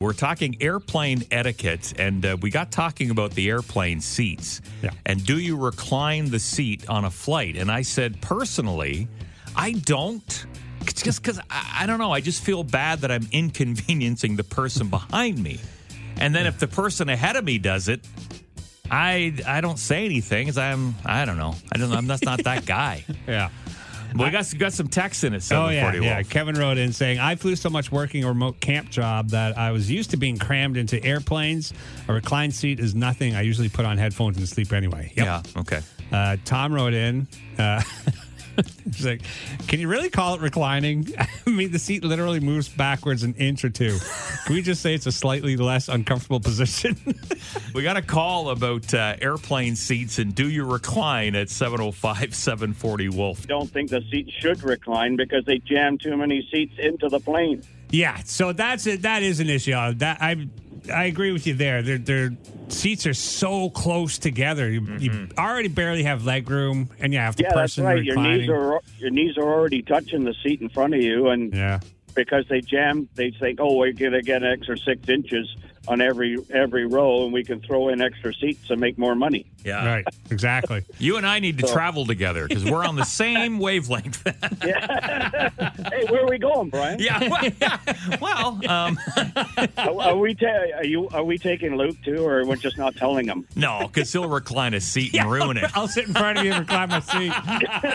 We're talking airplane etiquette, and uh, we got talking about the airplane seats. Yeah. And do you recline the seat on a flight? And I said, personally, I don't. It's just because I, I don't know. I just feel bad that I'm inconveniencing the person behind me. And then if the person ahead of me does it, I I don't say anything. 'cause I'm I don't know. I don't. I'm that's not that guy. Yeah. Well, we got we got some text in it. Oh yeah, 740 yeah. Wolf. Kevin wrote in saying, "I flew so much working a remote camp job that I was used to being crammed into airplanes. A reclined seat is nothing. I usually put on headphones and sleep anyway." Yep. Yeah. Okay. Uh, Tom wrote in. Uh, he's like, "Can you really call it reclining? I mean, the seat literally moves backwards an inch or two. Can we just say it's a slightly less uncomfortable position?" We got a call about uh, airplane seats and do you recline at 705 740 Wolf. don't think the seats should recline because they jam too many seats into the plane. Yeah, so that's it. That is an issue. Uh, That I I agree with you there. Their their seats are so close together. You, you Mm-hmm. already barely have leg room, and you have the Yeah, that's person right. Your reclining. knees are your knees are already touching the seat in front of you, and yeah, because they jam, they think, "Oh, we're gonna get an extra six inches on every every row, and we can throw in extra seats and make more money." Yeah. right, exactly. You and I need to travel together because we're on the same wavelength. Hey, where are we going, Brian? yeah. Well, well, um, Are, are we ta- are you are we taking Luke too, or we're just not telling him? no, because he'll recline a seat and ruin it. I'll sit in front of you and recline my seat.